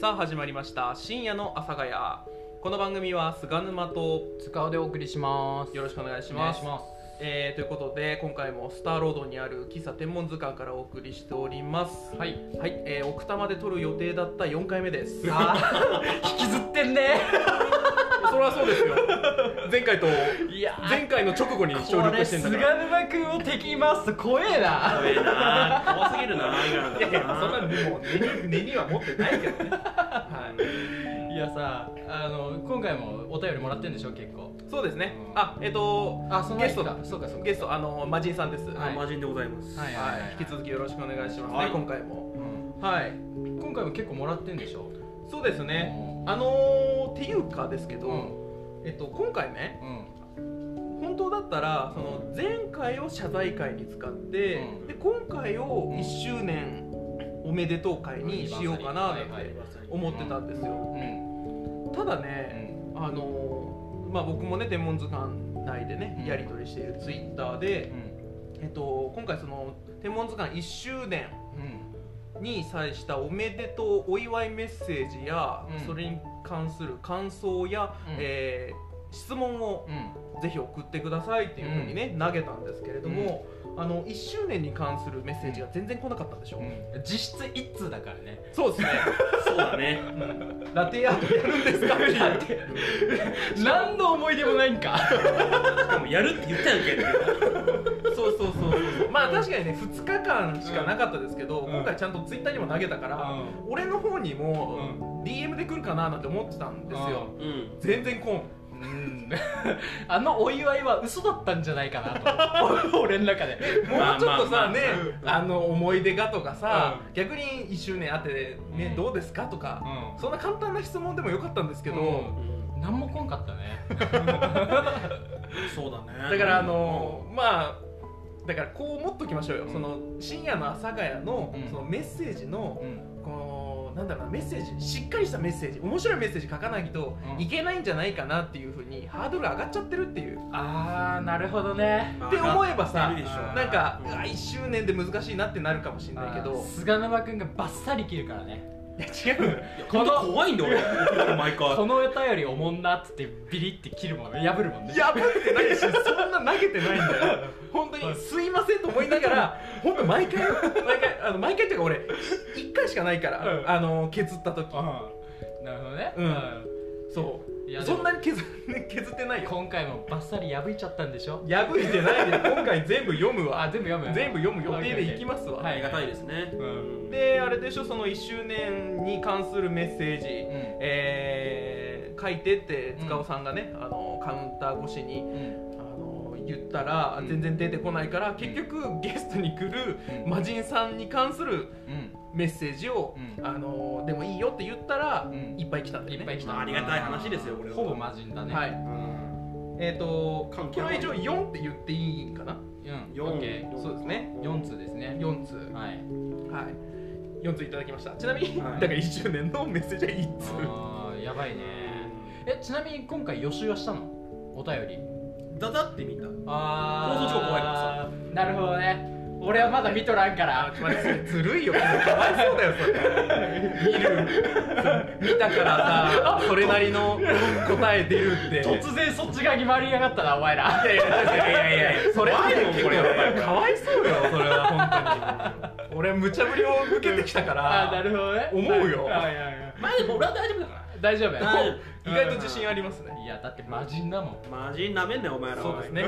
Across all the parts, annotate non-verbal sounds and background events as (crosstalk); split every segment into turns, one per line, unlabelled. さあ始まりました深夜の阿佐ヶ谷この番組は菅沼と
塚尾でお送りします
よろしくお願いし
お願
ま
い
す
します
えーということで今回もスターロードにある喫茶天文図鑑からお送りしております
はい
はい、えー奥多摩で撮る予定だった4回目です (laughs) それ
あー引きずってんね
はそう (laughs) ですよ前回と
いやー
前回の直後に協
こ
力
れ
して
菅
んだから
沼君を敵回すと怖えな
怖えな怖すぎるな映画なん
いやい
だ
やそんな
な
もう根に根には持ってないけどね、 (laughs) はい、
いやさあの今回もお便りもらってんでしょ結構
そうですね
うん
あえっ、と
あその
ゲスト
日かそうかそうか
ゲストあの魔人さんです、
は
はい
い
魔人でございます
はい
引き続きよろしくお願いしますね、
はい
今回も
うん
はい
今回も結構もらってんでしょ
そうですね
うん
あのー、っていうかですけど、
うん
えっと、今回ね
うん
本当だったらその前回を謝罪会に使って、
うん
で今回を1周年おめでとう会にしようかなっ
うんはい
て
は
思ってたんですよ、
うん
ただね、あのーまあ、僕もね天文図鑑内でね
うん
やり取りしているツイッターで、えっと、今回その天文図鑑1周年
うん
に際したおめでとうお祝いメッセージや、
うん
それに関する感想や、
うん
えー質問を
うん
ぜひ送ってくださいっていうふうにね、投げたんですけれども、あの1周年に関するメッセージが全然来なかったでしょ、
うん実質一通だからね
そうですね
そうだね
ラテアートやるんですかっていう
ラテ何の思い出もないんか
しかもやるって言ったやんけって
そうそうそうそうまあ確かにね2日間しかなかったですけど、
うん
今回ちゃんとツイッターにも投げたから、俺の方にも DM で来るかななんて思ってたんですよ、
うん
全然来ん
うんあのお祝いは嘘だったんじゃないかなと俺の中で
もうちょっと
まあまあま
さ
あ
ね
うん
あの思い出がとかさ
う
逆に1周年あってね
うん
どうですかとか
う
そんな簡単な質問でもよかったんですけ
う
ど
う
ん
ん
何も来んかったね
そうだね
だからあのまあだからこう思っときましょうよその深夜の阿佐ヶ谷の
うん
そのメッセージの
うん
こうなんだろうなメッセージしっかりしたメッセージ面白いメッセージ書かないと
うん
いけないんじゃないかなっていうふうにハードル上がっちゃってるっていう
あーなるほどね
って思えばさ
上がってるでしょ
なんか
う
うわ1周年で難しいなってなるかもしれないけ
あ
ど
ー菅沼君がバッサリ切るからね
いや違うのよ
いや
こ
本
の
当怖いんだ俺毎
(laughs)
回
このお便りおもんなっつってビリって切るもんね破るもんね
破ってないしそんな投げてないんだよ (laughs) 本当にすいませんと思いながら本当毎回毎回あの毎回っていうか俺1回しかないから、
うん
あの削った時
うんなるほどね
うん
う
そ
いや
う
で
そ
も
んなに削 (laughs) 削ってないよ
今回もバッサリ破いちゃったんでしょ
破いてない (laughs) で今回全部読む
あ
わ
全部読む
全部読む予定でいきますわ、
は
ありがたいですね
うん
であれでしょその1周年に関するメッセージ、
うん
えー書いてって塚尾さんがね、あのカウンター越しに
うん
あの言ったら
うん
全然出てこないから、結局ゲストに来る魔人さんに関する
うん
メッセージを、
うん
あのでもいいよって言ったら、
うん
いっぱい来たんだ
い
よね
っぱい来た、
まあありがたい話ですよこれは
ほぼ魔人だね
は
う
い
ん
えっ、と
関
こ
係
れは
ない
一応4って言っていいんかな
うん、
四
オッケー
そうですね
4通ですね
4通は
はい
い4通いただきましたちなみに、
は
だ
い
から1周年のメッセージは1通
あーやばいねえちなみに今回予習はしたのお便り
だだって見た
あ
放送事故怖いから
さなるほどね俺はまだ見とらんから
(laughs)
あまあそれずるいよかわいそうだよそれ
(laughs)
見る見たからさそれなりの答え出るって
突然そっち側に回りやがったなお前ら
いやいやいやいやいやそれはね
怖いもん
結構
これ
やっぱりかわいそうよそれは本当に俺は無茶ぶりを受けてきたから
あーなるほどね
思うよ
あいやいや
まあでも俺は大丈夫だか
大丈夫
ら
や
意外と自信ありますね
いやだって魔人だもん
魔人なめんなよお前らは
そうですね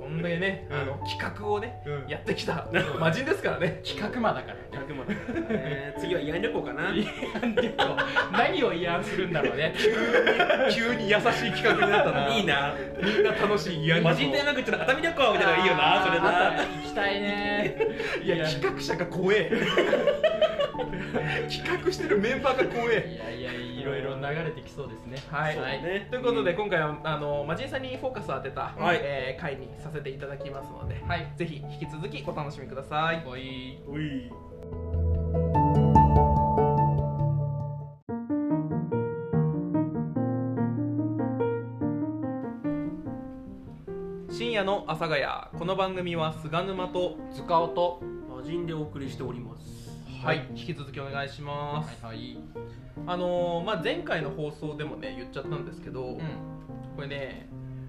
こんだけねあの企画をね
うん
やってきた魔人ですからね
企画魔だからね
100万だからね次は慰安旅行かな
でも何を慰安するんだろうね
急に優しい企画になったない
いな
みんな楽しいやり
魔人でなんかちょっと熱海旅行みたいなのがいいよなそれな
あー行きたいね
いや企画者が怖え企画してるメンバーが怖え
いやいやいろいろ流れてきそうですね
はい、
ね
ということで今回はあの魔人さんにフォーカスを当てた、
はい
えー回にさせていただきますので、
はい
ぜひ引き続きお楽しみください
おい
おい
深夜の阿佐ヶ谷この番組は菅沼と
塚尾と
魔人でお送りしております
はい
引き続きお願いします、
はいはい
あのーまあ、前回の放送でもね言っちゃったんですけど、
うん
これね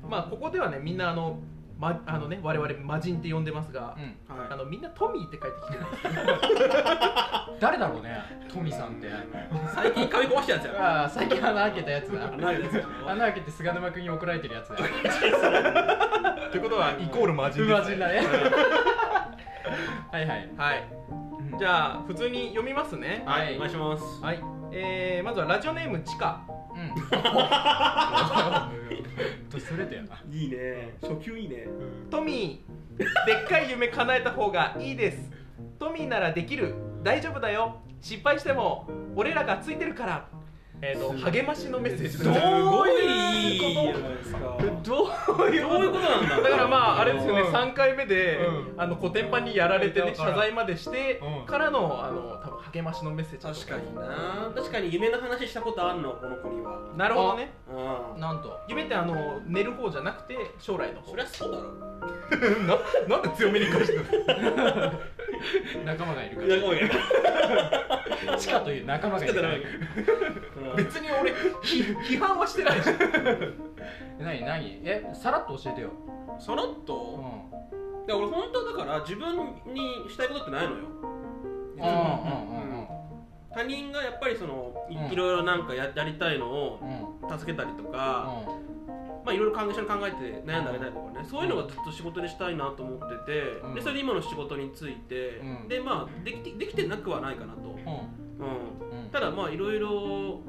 まあここではねみんなあの、ま、あのね我々魔人って呼んでますが、
うん
あ
は
のみんなトミーって書いてきてるんですよ
誰だろうねトミさんって
い、最近髪壊したやつや
ああ最近穴開けたやつだ
ろなるやつやろ
穴開けて菅沼君に怒られてるや (laughs) つだ
(laughs)
よ
ということはイコール (laughs) 魔人
不
です、ね、
真面だね (laughs) はいはい
はいじゃあ普通に読みますね
あ
はいお願いします
はい、えー、まずはラジオネームチカ
(laughs) うんとそれだよない
いね初級いいね
トミーでっかい夢叶えた方がいいですトミーならできる大丈夫だよ失敗しても俺らがついてるからえっ、と励ましのメッセージですす
ごいいいじゃないですかど
どう
ういうことなんだ
だからまああれですよね、
うん
3回目で、
う
あのコテンパンにやられてね
だから
謝罪までして
うん
からのあの多分励ましのメッセージだと
確かにな確かに夢の話したことあんのこの子には
なるほどね
うん
なんと
夢ってあの寝る方じゃなくて将来の方
そりゃそうだろ
ななんで強めに返してる
仲間がいるか
いや
ら
ご (laughs) めん
地下という仲間がいるから
別に俺ひ批判はしてないし
何何えさらっと教えてよ、
さらっ
うん
と、いや俺本当だから自分にしたいことってないのよ
うんうん
他人がやっぱりそのい,、
うん
ろいろなんかややりたいのを
うんうんうん
助けたりとか、まあいろいろ関係者に考えて悩んであげたりとかね、そういうのがずっと仕事にしたいなと思ってて、
うん
でそれで今の仕事について、
うん
でまあできてできてなくはないかなと、うん、
うんうん
ただまあいろいろ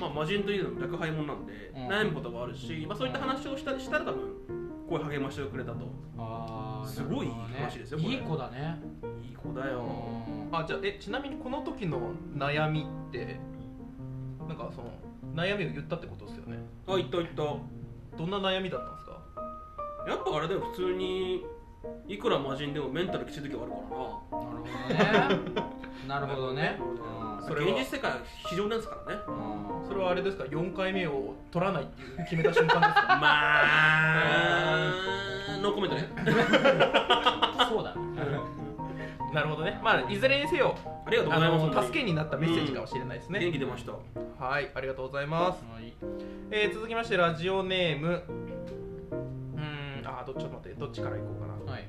まあ魔人というのも宅配もんなんで、
うん
悩むこともあるし、まあ、そういった話をしたしたら多分こういう励ましてくれたと
あー
すごい
なるほどね
話ですよこれ
いい子だね
いい子だよ、
うん
あじゃあえちなみにこの時の悩みってなんかその悩みを言ったってことですよね
あいったいった
どんな悩みだったんですか
やっぱあれだよ普通にいくら魔人でもメンタルきつい時はあるからな
なるほどねなるほどねうん
それは
現実世界は非常なんですからね
うん
それはあれですか4回目を取らないっていう決めた瞬間ですか
まあノーコメントね
そうだね
(laughs) なるほどねまあいずれにせよ
ありがとう
あ
ございます
の助けになったメッセージかもしれないです
元
ね、
気出ました
はいありがとうございます、
はい
えー続きましてラジオネームうーんあーどっちょっと待ってどっちからいこうかな
はい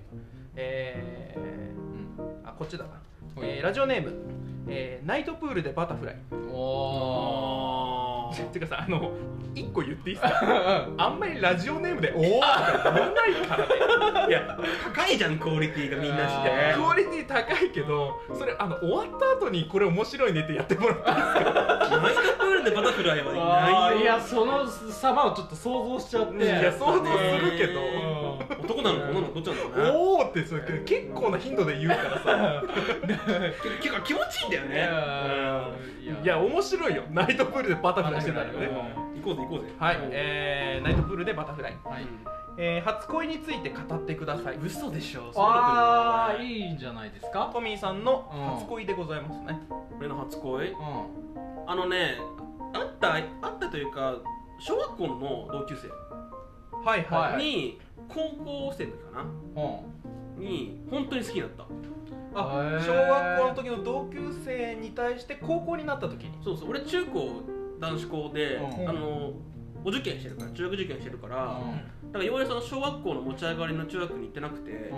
え
うん
ー、あこっちだな、
はい
えーラジオネーム、えーナイトプールでバタフライ (laughs)
お
あ
てかさあの一個言っていいです
(laughs)
かあんまりラジオネームで「おお!」って言わないからね
ーいや高いじゃんクオリティがみんなし
いや
て
クオリティ高いけどそれあの終わった後にこれ面白いねってやってもらった
ナイトプールでバタフライ
ー
はいないよ
いやその様をちょっと想像しちゃって
いや想像するけど、
うん
男なのか女なのかどっちなんだろうね
おおってそれ結構な頻度で言うからさ
け結構気持ちいいんだよ
い
ね
やー
いや面白いよナイトプールでバタフライしてたよ
う
ね
ん
うん行こうぜ行こうぜ
はい、えー、ナイトプールでバタフライ、
はい
えー、初恋について語ってください
嘘でしょ
あー
い
いいんじゃないですか
トミーさんの初恋でございますね、
俺の初恋
うん
あのねあったあったというか小学校の同級生
はいはい、
はい
に高校生の時かな
うん
に本当に好きになった
あ
へー
小学校の時の同級生に対して高校になった時に
そうそう俺中高男子校で、
うん
あのお受験してるから中学受験してるから、
う
だ
ん
からようやくその小学校の持ち上がりの中学に行ってなくて、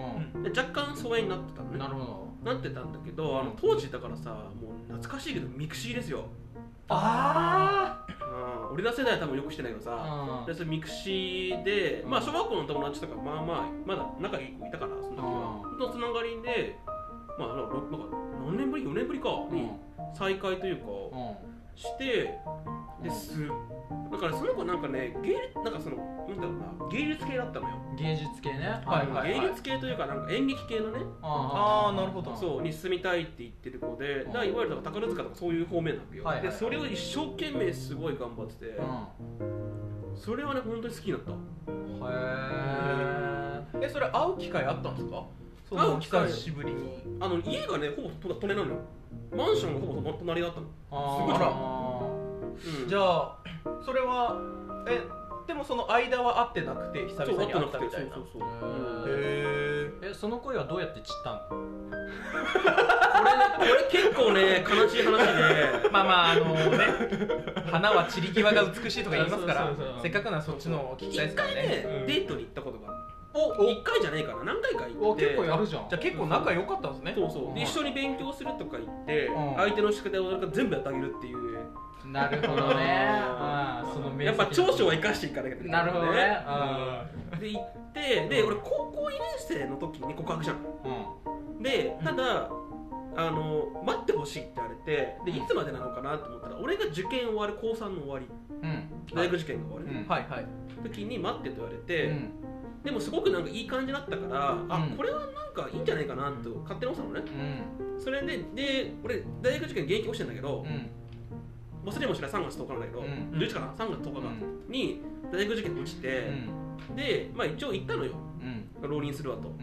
う
で若干疎遠になってたの
ん
ね
な
な
るほど
ってたんだけどあの当時だからさもう懐かしいけどミクシーですよ、
あ
うん俺ら世代は多分よくしてないけど
う
さ、
ん
でそれミクシーで、
うん
まあ小学校の友達とかまあまあまだ仲いい子いたからその時は
う
本当つながりでまあなんかろなんか何年ぶり4年ぶりか
うん
に再会というか、
うん
して
う
で
ん
すだからその子なんかね芸術なんかそのなんだろうな芸術系だったのよ、
芸術系ね
はいはい
芸術系というかなんか演劇系のね、
あーなるほど
そうに進みたいって言ってる子で、
うん
だからいわゆるだから宝塚とかそういう方面なのよ、
はいはいはい
でそれを一生懸命すごい頑張ってて、
うん
それはね本当に好きになった
へえ
ーえそれ会う機会あったんですかその
会う機会
久しぶりに
あの家がねほぼと隣なのよマンションがほぼ隣だったの、
すごいな
うん
じゃあそれはえでもその間は会ってなくて久
そう
々
会っ
に
て
会
な
っ
く
た
て
みたいなへ
そうそうそう、う
へ
ん
え
えその恋はどうやって散ったの
これ結構ね悲しい話で
まあまああのね花は散り際が美しいとか言いますか
そ
ら
うそうそう
せっかくならそっちのを聞きたいで
一
すから
回
ね
ね、
うん
デートに行ったことがあ
お
る一回じゃねえかな何回か行
お
って
結構やるじゃん
じゃあ結構仲良かったんですね
そうそう、
うん
で一緒に勉強するとか言って、
うん
相手の宿題を全部やってあげるっていう
なるほど
(laughs)
ねあーその面積
やっぱ長所は生かしていかなきゃいけ
なるほどね
うんで行ってで俺高校2年生の時に告白じゃん
うん
でただ、あの待ってほしいって言われてでいつまでなのかなと思ったら俺が受験終わる高3の終わり
うん
大学受験が終わる、
うん
はいはい
時に待ってと言われ
う
て、
ん
でもすごくなんかいい感じだったから、あ
うん
これはなんかいいんじゃないかなと勝手に思ってたのね
うん
それでで俺大学受験現役落ちてんだけ
う
ど、
ん
忘れもしない3月10日なんだけど、
うん
11かな3月10日か、に大学受験落ち
う
て、
ん
で、まあ、一応行ったのよ
うん
浪人するわとっ
うん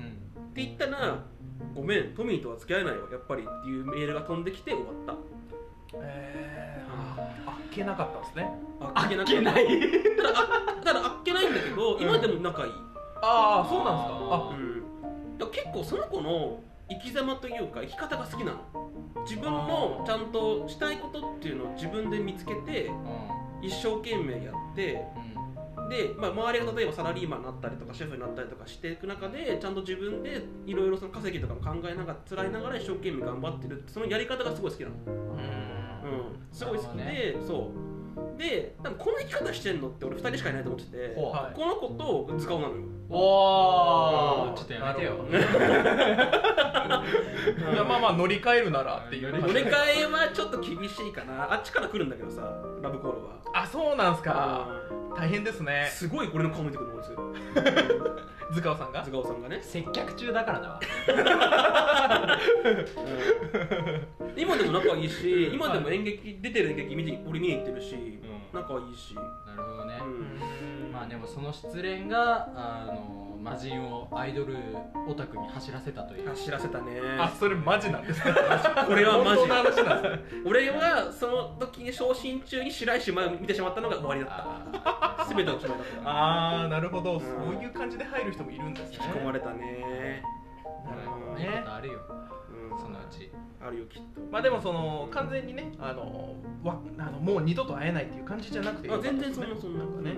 て言ったら「ごめんトミーとは付き合えないよやっぱり」っていうメールが飛んできて終わった
えー、ああっけなかったんですね
あっけなかった
い
ただあっけないんだけど今でも仲いい、
ああそうなんですか
う
あ
うんだから結構その子の生き様というか生き方が好きなの自分の
あー
ちゃんとしたいことっていうのを自分で見つけて
う
一生懸命やって
ん
で、まあ、周りが例えばサラリーマンになったりとかシェフになったりとかしていく中でちゃんと自分でいろいろその稼ぎとかも考えながら辛いながら一生懸命頑張ってるそのやり方がすごい好きなの、う
うん
ん、すごい好きで、
な
そうで多分この生き方してんのって俺2人しかいないと思ってて
ほう
はい
この子と図鑑なのよ
お
う
お
ん
ちょっとやめてよ
なる
(laughs)
ほどい (laughs) やまあまあ乗り換えるならっていう
乗
お
り
願い
換
はちょっと厳しいかなあっちから来るんだけどさラブコールは
あそうなんすか大変ですね
すごいこれの顔見てくるのこいつ
塚尾さんが
津川さん
(laughs)
がね、
接客中だからだわ
今でも仲いいし今でも演劇出てる演劇見に俺見に行ってるし、
ん
仲いいし、
なるほどね
うん
まあでもその失恋があの魔人をアイドルオタクに走らせたという
走らせたね
あそれマジなんですね
これはマジ
本当の話なんですね
俺はその時に昇進中に白石麻衣を見てしまったのが終わりだっ
あ
た全てを決めたか
(laughs)
ら
ああなるほど、そういう感じで入る人もいるんですね
引き込まれたね
ー
なるほど
いい
ね
ことあるよ
うん
そのうち
あるよきっと
まあでもその完全にねあのわあのもう二度と会えないっていう感じじゃなくてよ
あ
かった
全
です
然そんなそんな
なんかね、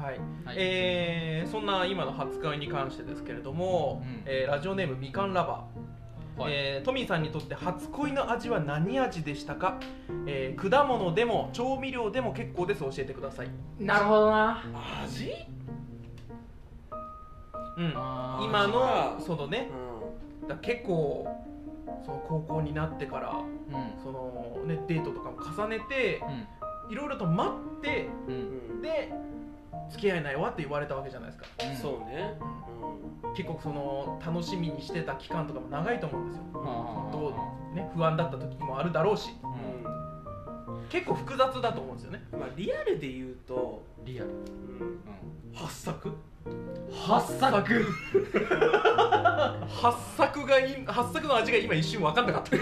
はい、
はい
えーそんな今の初恋に関してですけれども、
うん
えーラジオネームみかんラバー
はい
えートミーさんにとって初恋の味は何味でしたか、えー果物でも調味料でも結構です教えてください、
なるほどな
味
うん、
あー
今
あ
の
ー
そのねだから結構その高校になってから
うん
その、ね、デートとかも重ねて
うん
いろいろと待って
う
うんん
で付き合えないわって言われたわけじゃないですか
うん
そうね
結構その楽しみにしてた期間とかも長いと思うんですよ
うん
どう、ね、不安だった時もあるだろうし
う
うんん
結構複雑だと思うんですよね
まあリアルで言うと、
リアル
うん、発作
発作
八作がい八作の味が今一瞬分かんなかった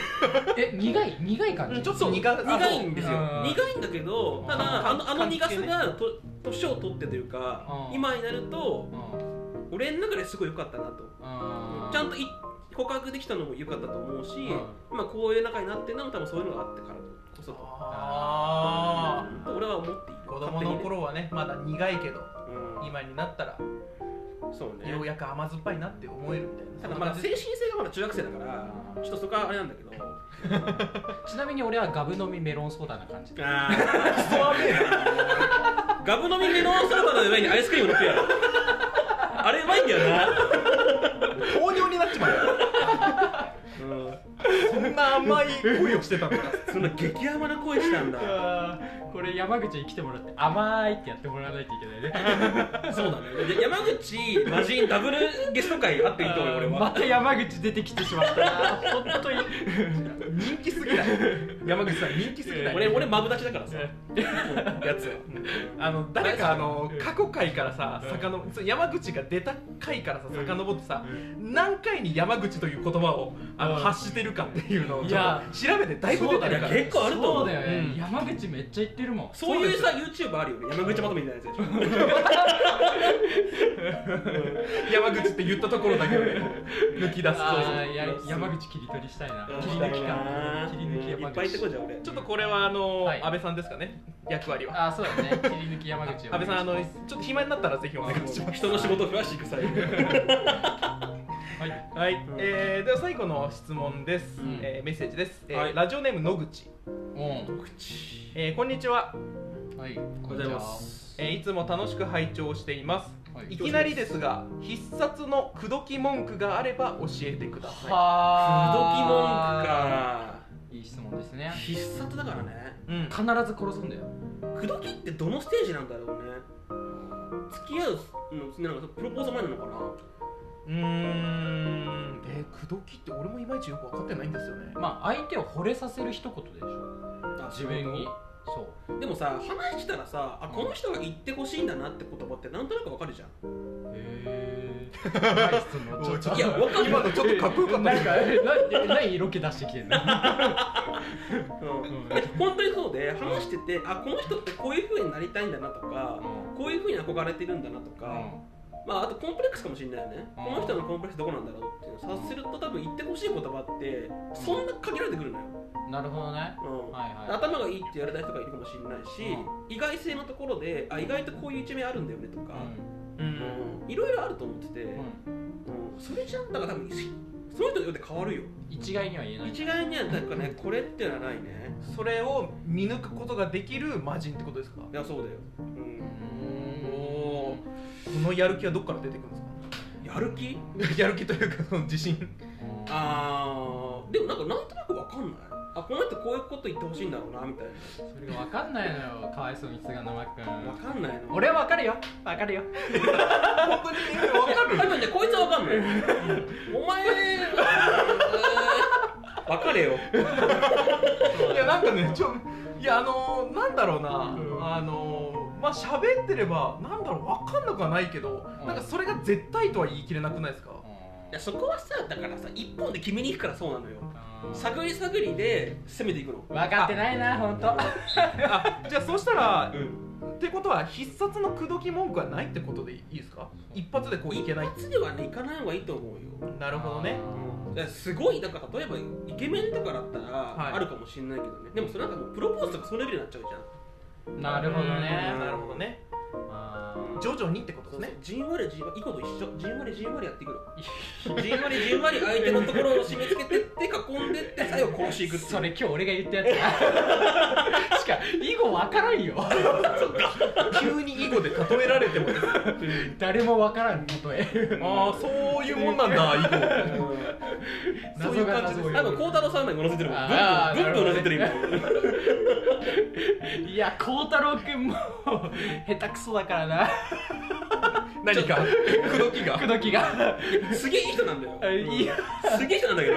え苦い苦い感
う
じ
んちょっと苦あ
苦いんですよ
うん
苦いんだけどただあ
感
のあの苦さ
感じ
がと年を取ってというか
うん
今になると
うん
俺の中ですごい良かったなと
うん
ちゃんとい告白できたのも良かったと思うし今こういう仲になってんのも多分そういうのがあってからこそと
あ
と俺は思っている
ー子供の頃はねまだ苦いけど
勝手にね
今になったら
うんそうね
ようやく甘酸っぱいなって思えるみたいな
ただまだ
そん
精
な感
神性がまだ中学生だから
うん
ちょっとそこはあれなんだけど
ちなみに俺はガブ飲みメロンソーダな感じ
ああガブ飲みメロンサラダの上にアイスクリームのっけやろあれうまいんだよな
じ糖尿になっちまうよそんな甘い恋をしてたのか
そんな激甘な声したんだ
あーこれ山口に来てもらって甘いってやってもらわないといけないね
そうだねで山口魔人ダブルゲスト会あっていいと思うよ俺
ま
は
た山口出てきてしまったな本当に
人気すぎない山口さん人気すぎない
俺俺マブダチだからさやつ
あの誰かあの
うん
過去回からさ
うん
遡そう山口が出た回からさ
うん
遡ってさ何回に山口という言葉をあの
うん
発してるかっていうのを
い
ちょっ
や
と調べてだいぶ出てるか
そうだ
ら
よ結構あると思う
そうだよね、
うん
山口めっちゃ行ってるるもん
そういうさ
そ
YouTuber あるよね山口まとめみたいなやつで (laughs) しょ
山口って言ったところだけをね抜き出すそ
あ
う
ーや山口切り取りしたいな
うん
切り抜きか切り抜き
うんい
山
っぱい行ってこい
口
じゃん俺
ちょっとこれはあの、
はい
安倍さんですかね役割は
あーそうだね切り抜き山口
安
を
倍さんあのちょっと暇になったらぜひお願いします
人の仕事を増やしていく際
はい
(laughs) はい、
ん
えーでは最後の質問です、
うん
えーメッセージです、えー
はい
ラジオネーム野口、
う
口
えーこんにちは、
んはい
おはようございます
えーいつも楽しく拝聴しています
はい
いきなりですが必殺の口説き文句があれば教えてくださ
口
は
説
ーいい質問ですね
き文句か必殺だからね
い、うん
必ず殺すんだよ
口説きってどのステージなんだろうね付き合うのなんかプロポーズ前なのかな
うーんえー、口説きって俺もいまいちよく分かってないんですよね
まあ相手を惚れさせる一言でしょ
あ
自分にそう
でもさ話したらさあこの人が言ってほしいんだなって言葉ってなんとなくわかるじゃん
へーナイスのちょっと
いやわかる
今のちょっとかっこよかった
なん
けど
かな何色気出してきてんの
うんで本当にそうで話しててあこの人ってこういう風になりたいんだなとかこういう風に憧れてるんだなとか、まあ、あとコンプレックスかもしれないよね、
うん
この人のコンプレックスどこなんだろうっていうのを察すると多分言ってほしい言葉ってそんな限られてくるのよ、
なるほどね
うん
はいはい
頭がいいって言われた人がいるかもしれないし、意外性のところであ意外とこういう一面あるんだよねとか、
(laughs) う
うんいろいろあると思ってて、うんそれじゃんだから多分その人によって変わるよ
一概には言えない
一概にはなんかねこれってのはないね
それを見抜くことができる魔人ってことですか
いやそうだよ、
う
う
ーん
おこのやる気はどっから出てくるんですか
ん、やる
(laughs)
気
やる気というかその自信
あ
あーでもなんかなんとなくわかんないあこの人こういうこと言ってほしいんだろうなみたいな
それが分かんないのよかわいそうに菅沼君
わかんないの
俺は分かるよ分かるよ
(laughs) 本当に (laughs) 分か
多分ねこいつはわかんないお前 (laughs) わかれよ
るいやなんかねちょいやあのー、なんだろうな、
うん
あのー、まあ喋ってればなんだろう分かんなくはないけど、
うん
なんかそれが絶対とは言い切れなくないですか、
いやそこはさだからさ一本で決めに行くからそうなのよ
うん
探り探りで攻めていくの
分かってないな本当。
あじゃあそうしたら
うん
ってことは必殺の口説き文句はないってことでいいですか一発でこういけない
一発ではね行かない方がいいと思うよ
なるほどね
だからすごいだから例えばイケメンとかだったら、
い
あるかもしれないけどねでもそれなんかもうプロポーズとかそのレベルになっちゃうじゃん
なるほど
うん
ね
なるほどね
あ
徐々にってことで
そ
す
うね
ね、
じんわりじんわり、囲碁と一緒、じんわりじんわりやっていくの。じんわりじんわり相手のところを締め付けてって囲んでって最後殺してい
ー
くっていう
それ今日俺が言ったやつしか以後分からんよ
急に囲碁で例えられてもですね
誰も分からんことへ
ああそういうもんなんだ囲碁そういう感じです
謎が謎を呼ぶ
多分孝太郎さんの上乗せてるもん。ブ
あー
ンブンブンブン乗せてる
なる
今。
いや孝太郎君も下手くそだからな
(laughs)
(laughs)
何か口説きが
口説きが
すげえいい人なんだよ。
いいよ
すげえ人なんだけど。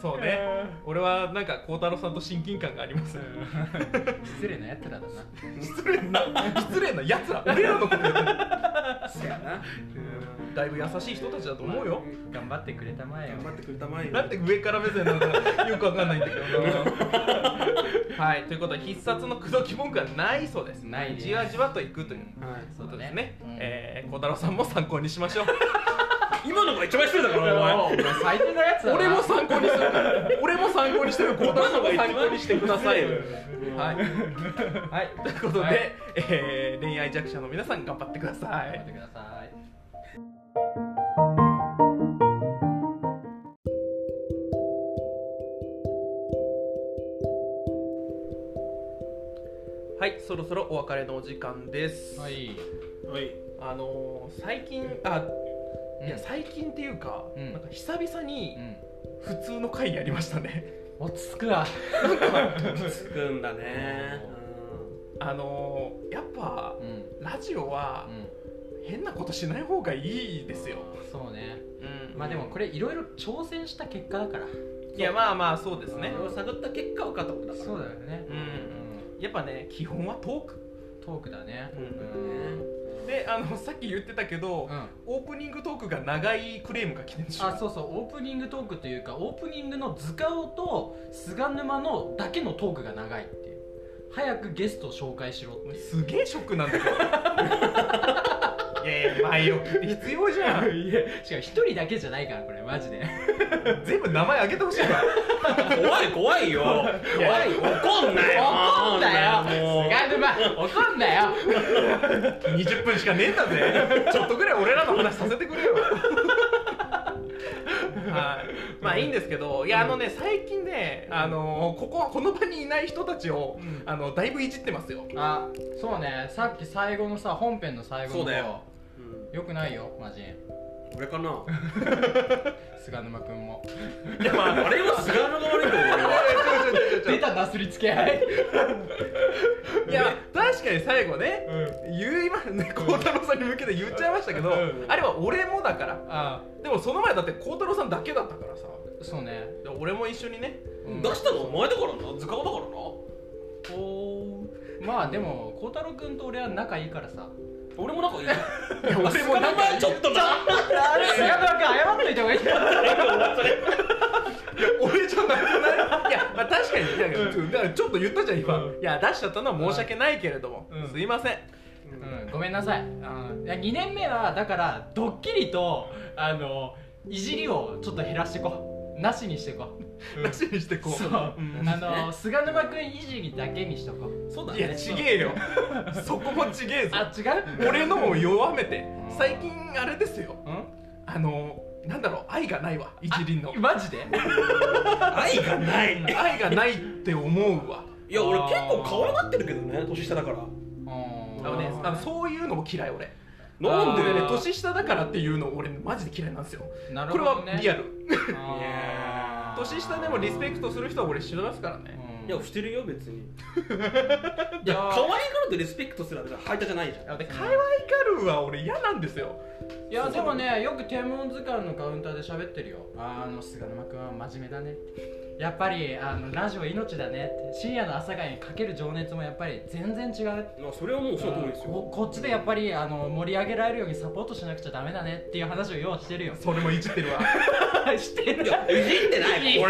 そうね俺はなんか孝太郎さんと親近感があります
失礼なやつらだな
失礼な失礼なやつら俺らのこと言ってる
そうやな。
だいぶ優しい人たちだと思うよ
頑張ってくれたまえよ
頑張ってくれたまえよ。
なんで上から目線なのかよくわかんないんだけどなはいということは必殺の口説き文句はないそうです
ないです
じわじわといくという
はい
ことですね
ねうん
えー、小太郎さんも参考にしましょう
今のが一番失礼だか
お
ら、お前。
前最低なやつだな
俺も参考にする
(laughs)
から俺も参考にしてる小太郎さんも参考にしてください
うん
はい、はい、ということで、
はい
えー恋愛弱者の皆さん頑張ってくださ
頑張っ
い
てください
はいそろそろお別れのお時間です、
はい
はい。
あのー最近あいや
うん
最近っていうか,、
うん
なんか久々に
うん
普通の会やりましたね (laughs)
落ち着くわ
つくんだね。
あのーやっぱ
うん
ラジオは
う
変なことしない方がいいですよ、
んそうね
うん
まあでもこれいろいろ挑戦した結果だから
いやまあまあそうですね
それを探った結果分かったことだから。
そうだよね
う
うんん
やっぱね基本はトーク
トークだね
うん
うん
であのさっ (laughs) き言ってたけど、
うん
オープニングトークが長いクレームが来てるんでしょ
あそうそうオープニングトークというかオープニングの塚尾と菅沼のだけのトークが長いっていう早くゲストを紹介しろって
すげえショックなんだけどいやいや前置きって必要じゃん
いや違う一人だけじゃないからこれマジで
(laughs) 全部名前あげてほしいわ
怖い怖いよ怖い怒んなよ
怒んな
もう
よ菅沼怒んなよ
20分しかねえんだぜちょっとぐらい俺らの話させてくれよはいまあいいんですけどいやあのね最近ねあのこここの場にいない人たちをあのだいぶいじってますよ
あそうねさっき最後のさ本編の最後の
そうだよ
方よくないよマジ
うん俺かな
菅沼くんも
いやま
あれは菅野が悪いと思うよ
出たなすりつけ合い
いや確かに最後ね言いまね孝太郎さんに向けて言っちゃいましたけど、
うん
あれは俺もだから
あ
でもその前だって孝太郎さんだけだったからさ
そうね、
で俺も一緒にね
うん
出したのお前だからな図鑑だからな
おーまあでも孝太郎くんと俺は仲いいから
(laughs)
さ
俺も仲いいよ
俺も
あ菅
なんか
沼ちょっとな
あれ菅沼くん謝っといた方がいい
いや俺じゃなくないいや、まあ、確かにいやだからちょっと言ったじゃん今、
う
いや出しちゃったのは申し訳ないけれども、
うん
すいません
うん、ごめんなさい。うんいや、2年目はだからドッキリとあのいじりをちょっと減らしていこう。なしにしていこう。
なしにしてこう
そう。
ん
あの菅沼くんいじりだけにしておこう。
そうだ
いや
ね
ちげえよそこもちげえぞ
あ、違う？
俺のも弱めて
ん
最近あれですよ
うん？
あのなんだろう愛がないわ一輪の
マジで？
愛がないい
愛がないって思うわ
や俺結構可愛がってるけどね年下だから
あ
あ
のねあのそういうのも嫌い俺
なん
で
で
ね
あー
年下だからっていうの俺マジで嫌いなんですよ
なる
こ
ほ
れ
ど
は
ね。
リアル
あー
年下でもリスペクトする人は俺知らますからね
うん
いやしてるよ別に
いや
可愛がるとリスペクトするあれだ排他じゃないじゃん
で可愛がるは俺嫌なんですよ
いやでもねよく天文図鑑のカウンターで喋ってるよあーあの菅沼君は真面目だねやっぱりあのラジオ命だねって深夜の朝会にかける情熱もやっぱり全然違う
まあそれはもうその通りですよ
ここっちでやっぱりあの盛り上げられるようにサポートしなくちゃダメだねっていう話をよう
(laughs)
してるよ
それもいじってるわ
してる
いやいじってない俺いや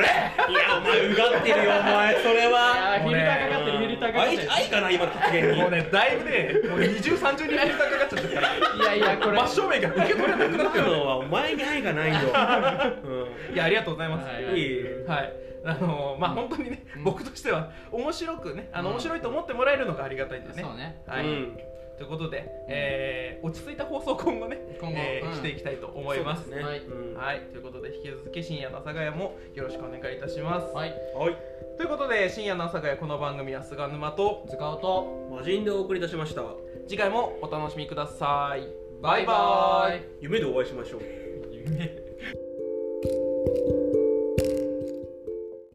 お前うがってるよお前それは
あーフィルターかかってるフィルターかかってる
愛愛かな今の発言に
もうねだいぶねもう二重三重にフィルターかかっちゃってるから
いやいやこれ
真正面が受け取れなくなって
今
る
のはお前に愛がないよ、
いやありがとうございます
は
はいい、
うん、いい
あのまあ本当にね、
うん
僕としては面白くねあの
うん
面白いと思ってもらえるのがありがたいんでね
そうね
はい、
うん
ということで、えー落ち着いた放送今後ね
今後
えー
うん
していきたいと思います
そうでね
はい
うんは
はい、ということで引き続き深夜の阿佐ヶ谷もよろしくお願いいたします、
はい
い
ということで深夜の阿佐ヶ谷この番組は菅沼と
使うと
魔人でお送りいたしました
次回もお楽しみください
バイバーイ
夢でお会いしましょう
夢